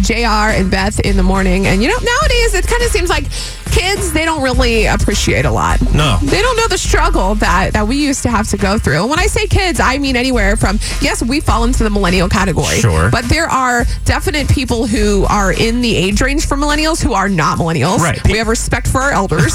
JR and Beth in the morning. And you know, nowadays it kind of seems like kids, they don't really appreciate a lot. No. They don't know the struggle that, that we used to have to go through. And when I say kids, I mean anywhere from, yes, we fall into the millennial category. Sure. But there are definite people who are in the age range for millennials who are not millennials. Right. We have respect for our elders.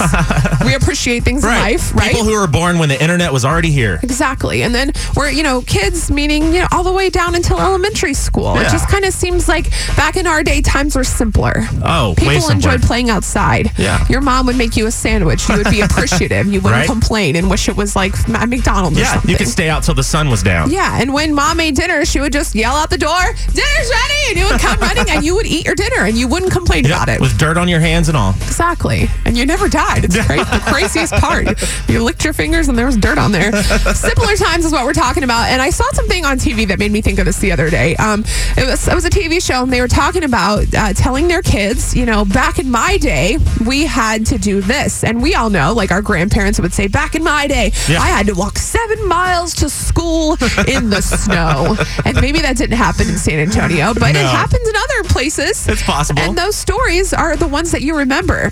we appreciate things in life, right? People who were born when the internet was already here. Exactly. And then we're, you know, kids, meaning, you know, all the way down until elementary school. It Yeah. just kind of seems like back in our day, times were simpler. Oh, People way simpler. enjoyed playing outside. Yeah. Your mom would make you a sandwich. You would be appreciative. You wouldn't Right. complain and wish it was like at McDonald's or Yeah, something. you could stay out till the sun was down. yeah, and when mom made dinner, she would just yell out the door, dinner's ready! And you would come running and you would eat your dinner and you wouldn't complain Yep, about it. With dirt on your hands and all. Exactly. And you never died. It's cra- the craziest part. You licked your fingers and there was dirt on there. Simpler times is what we're talking about. And I saw something on TV that made me think of this the other day. Um, it, was, it was a TV show and they were talking about uh, telling their kids, you know, back in my day, we had to do this. And we all know, like our grandparents would say, back in my day, Yeah. I had to walk seven miles to school in the snow. And maybe that didn't happen in San Antonio, but it No. happens in other places. It's possible. And those stories are the ones that you remember.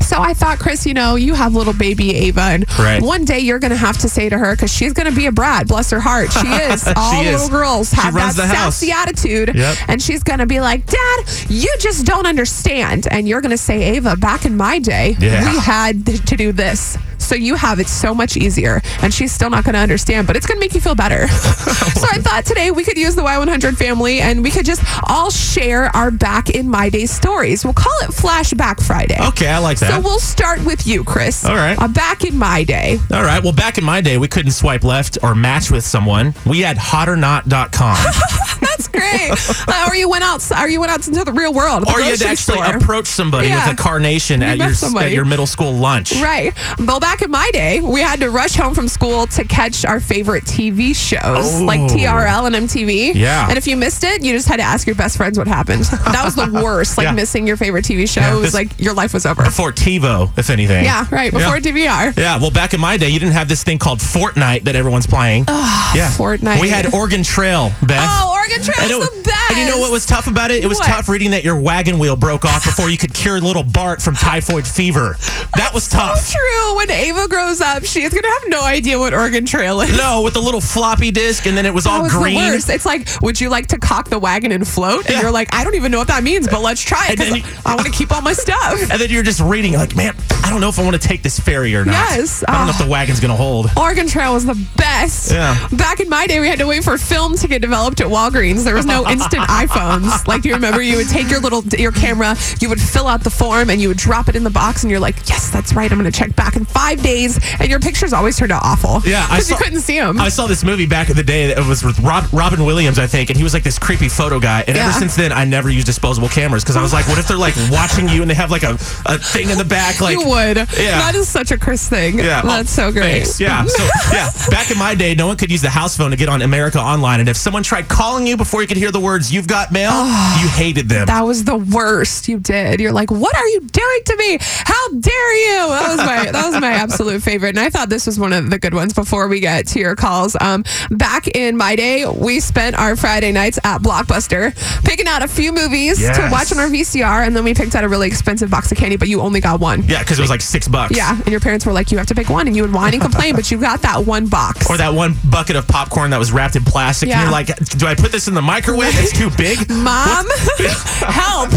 So I thought, Chris, you know, you have little baby Ava, and Right. one day you're going to have to say to her because she's going to be a brat. Bless her heart, she is. All is. little girls She have that runs the house. sassy attitude, Yep. and she's going to be like, "Dad, you just don't understand." And you're going to say, "Ava, back in my day, Yeah. we had to do this." So you have it so much easier, and she's still not going to understand, but it's going to make you feel better. so I thought today we could use the Y100 family, and we could just all share our back in my day stories. We'll call it Flashback Friday. Okay, I like So that. we'll start with you, Chris. All right. Uh, back in my day. All right. Well, back in my day, we couldn't swipe left or match with someone. We had hotornot.com. That's great. uh, or you went out. Or you went out into the real world. at the or you had to grocery actually store. approach somebody Yeah. with a carnation at met your, somebody. at your middle school lunch. Right. Well, back in my day, we had to rush home from school to catch our favorite TV shows Oh. like TRL and MTV. Yeah. And if you missed it, you just had to ask your best friends what happened. That was the worst. Like Yeah. missing your favorite TV show Yeah, was this- like your life was over. Before TiVo, if anything. Yeah, right. Before DVR. Yeah, well, back in my day, you didn't have this thing called Fortnite that everyone's playing. yeah, Fortnite. We had Oregon Trail, Beth. Oh, Oregon Trail And is it- the best. And you know what was tough about it? It was What? tough reading that your wagon wheel broke off before you could cure little Bart from typhoid fever. That was tough. So true. When Ava grows up, she is going to have no idea what Oregon Trail is. No, with the little floppy disc, and then it was That all was green. the worst. It's like, would you like to cock the wagon and float? And Yeah. you're like, I don't even know what that means, but let's try it And then 'cause you- I want to keep all my stuff. And then you're just reading, like, man, I don't know if I want to take this ferry or not. Yes. I don't know Oh. if the wagon's going to hold. Oregon Trail was the best. Yeah. Back in my day, we had to wait for film to get developed at Walgreens. There was no instant iPhones. Like, do you remember? You would take your little your camera, you would fill out the form, and you would drop it in the box, and you're like, "Yes, that's right. I'm going to check back in five days." And your pictures always turned out awful. Yeah, I because you saw- couldn't see them. I saw this movie back in the day that was with Rob, Robin Williams, I think, and he was like this creepy photo guy. And Yeah. ever since then, I never used disposable cameras because I was like, what if they're like watching you and they have like a, a thing in the back? Like, you would. Yeah. That is such a Chris thing. yeah. That's Oh, so great. thanks. Yeah. So, yeah. Back in my day, no one could use the house phone to get on America Online. And if someone tried calling you before you could hear the words, you've got mail, you hated them. Ah. That was the worst you did. You're like, what are you doing to me? How dare you? That was my that was my absolute favorite. And I thought this was one of the good ones before we get to your calls. Um, back in my day, we spent our Friday nights at Blockbuster picking out a few movies to Yes. watch on our VCR, and then we picked out a really expensive box of candy, but you only got one. yeah. Because it was like six bucks. Yeah, and your parents were like, "You have to pick one," and you would whine and complain, but you got that one box. Or that one bucket of popcorn that was wrapped in plastic. Yeah. And you're like, do I put this in the microwave? It's too big. Mom, help.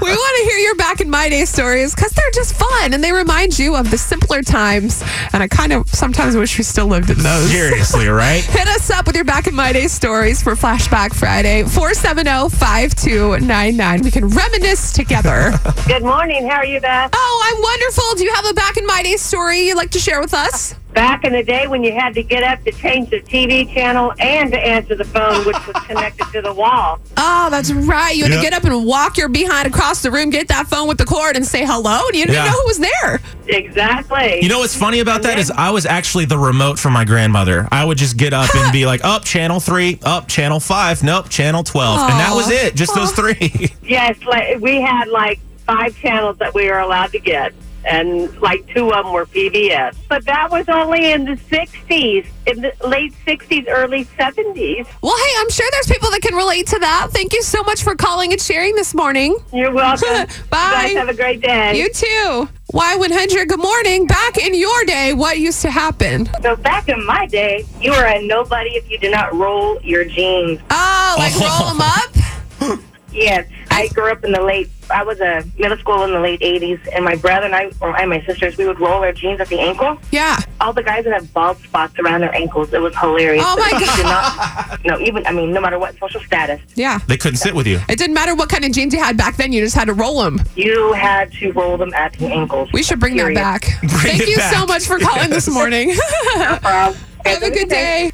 we want to hear your back in my day stories because they're just fun and they remind you of the simpler times. And I kind of sometimes wish we still lived in those. Seriously, right? Hit us up with your back in my day stories for Flashback Friday, oh, 470 5299. We can reminisce together. Good morning. How are you, Beth? oh, I'm wonderful. Do you have a back in my day story you'd like to share with us? Back in the day when you had to get up to change the TV channel and to answer the phone, which was connected to the wall. Oh, that's right. You had to Yep. get up and walk your behind across the room, get that phone with the cord, and say hello. And you didn't Yeah. even know who was there. Exactly. You know what's funny about that is I was actually the remote for my grandmother. I would just get up and be like, up channel three, up channel five, nope, channel 12. And that was Aw. it, just those three. yes, like, we had like five channels that we were allowed to get. and like two of them were PBS. But that was only in the 60s, in the late 60s, early 70s. Well, hey, I'm sure there's people that can relate to that. Thank you so much for calling and sharing this morning. You're welcome. You guys Bye. have a great day. You too. Y100, good morning. Back in your day, what used to happen? So back in my day, you were a nobody if you did not roll your jeans. Oh, like roll them up? Yes, I grew up in the late. I was a middle school in the late '80s, and my brother and I, or and my sisters, we would roll our jeans at the ankle. Yeah. All the guys would have bald spots around their ankles. It was hilarious. Oh, my You God. did not- no, even I mean, no matter what social status, Yeah. They couldn't sit with you. It didn't matter what kind of jeans you had back then, you just had to roll them. you had to roll them at the ankles. We should bring that Period. back. Thank it you so back. much for calling this morning. Um, Have a good day.